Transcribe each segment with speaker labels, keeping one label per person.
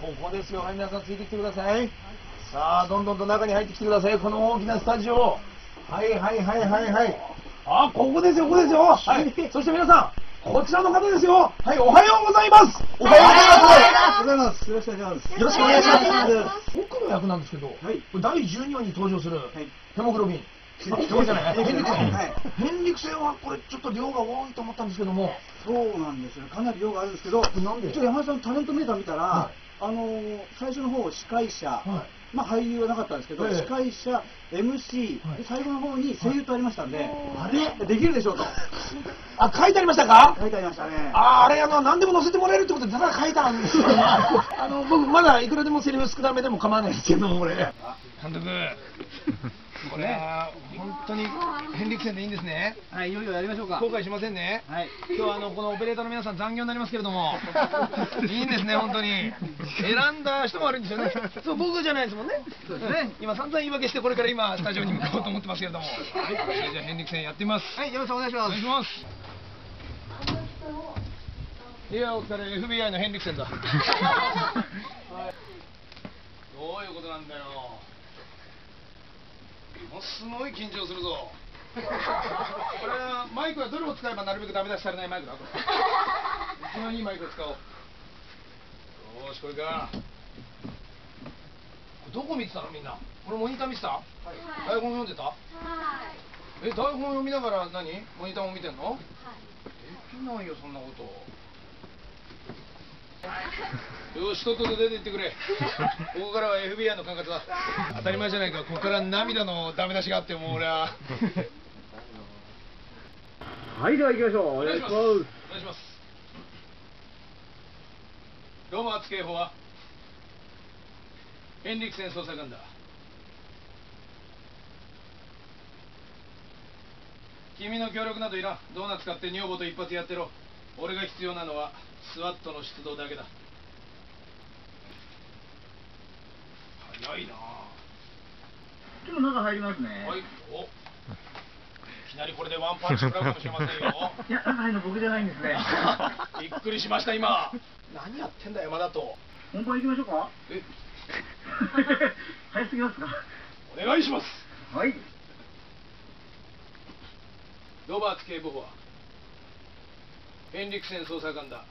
Speaker 1: ここですよ、はい、皆さんついてきてください。さあ、どんどんと中に入ってきてください。この大きなスタジオ。はいはいはいはいはい。あ、ここですよ、ここですよ。はい。そして皆さん、こちらの方ですよ。はい、おはようございます。おは
Speaker 2: よ
Speaker 1: うございます。よろしくお願いします。よろしくお願いします。僕の役なんですけど、第12話に登場するヘモグロビン。どうじゃない変力
Speaker 2: は
Speaker 1: 性
Speaker 2: い。
Speaker 1: 変力性はこれちょっと量が多いと思ったんですけども、
Speaker 2: そうなんですよ、かなり量があるんですけど、
Speaker 1: なんで
Speaker 2: 一応山田さんのタレントメーター見たら、
Speaker 1: は
Speaker 2: あのー最初の方司会者、
Speaker 1: は
Speaker 2: まあ、俳優はなかったんですけど、
Speaker 1: ええ
Speaker 2: 司会者、MC、
Speaker 1: はい
Speaker 2: 最後の方に声優とありましたんで、
Speaker 1: あれ
Speaker 2: できるでしょうと
Speaker 1: あ、書いてありましたか
Speaker 2: 書いてありましたね。
Speaker 1: あーあれあの何でも載せてもらえるってことでただ書いたんですよあの僕まだいくらでもセリフ少なめでも構わないですけども俺監督これは本当に変力戦でいいんですね
Speaker 2: はい、いよいよやりましょうか
Speaker 1: 後悔しませんね
Speaker 2: はい、
Speaker 1: 今日はあのこのオペレーターの皆さん残業になりますけれど もいいんですね本当に選んだ人もあるんですよねそう僕じゃないですもんねそうですね今散々言い訳してこれから今スタジオに向かおうと思ってますけれどもはいそれじゃあ変力戦やってみます
Speaker 2: はい、山田さんお願いし
Speaker 1: お
Speaker 2: ま
Speaker 1: 願いします。いや、お疲れ、FBI のヘンリクセンだ。どういうことなんだよ。ものすごい緊張するぞ。これはマイクはどれを使えばなるべくダメ出しされないマイクだ。 これ一番いいマイクを使おう。よーし、これか。これどこ見てたの、みんな。これモニター見てた。台本読んでた。え台本読みながら何モニターも見てんの、できないよそんなことよしとっとと出て行ってくれここからは FBI の管轄だ当たり前じゃないかここから涙のダメ出しがあってもう俺は
Speaker 2: はい、では行きましょう。
Speaker 1: お願いしますお願いしますロマーツ警報はヘンリクセン捜査官だ君の協力などいらんドーナツ買って女房と一発やってろ俺が必要なのはスワットの出動だけだ早いな
Speaker 2: 今日中入りますね
Speaker 1: はいおいきなりこれでワンパンチ食らうかもしれませんよ
Speaker 2: や、 中入るの僕じゃないんです
Speaker 1: びっくりしました今何やってんだ山田と
Speaker 2: 本番行きましょうか。
Speaker 1: え
Speaker 2: 早すぎますか。
Speaker 1: お願いします
Speaker 2: はい。
Speaker 1: ロバーツ警部補はヘンリクセン捜査官だ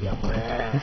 Speaker 1: いやこれ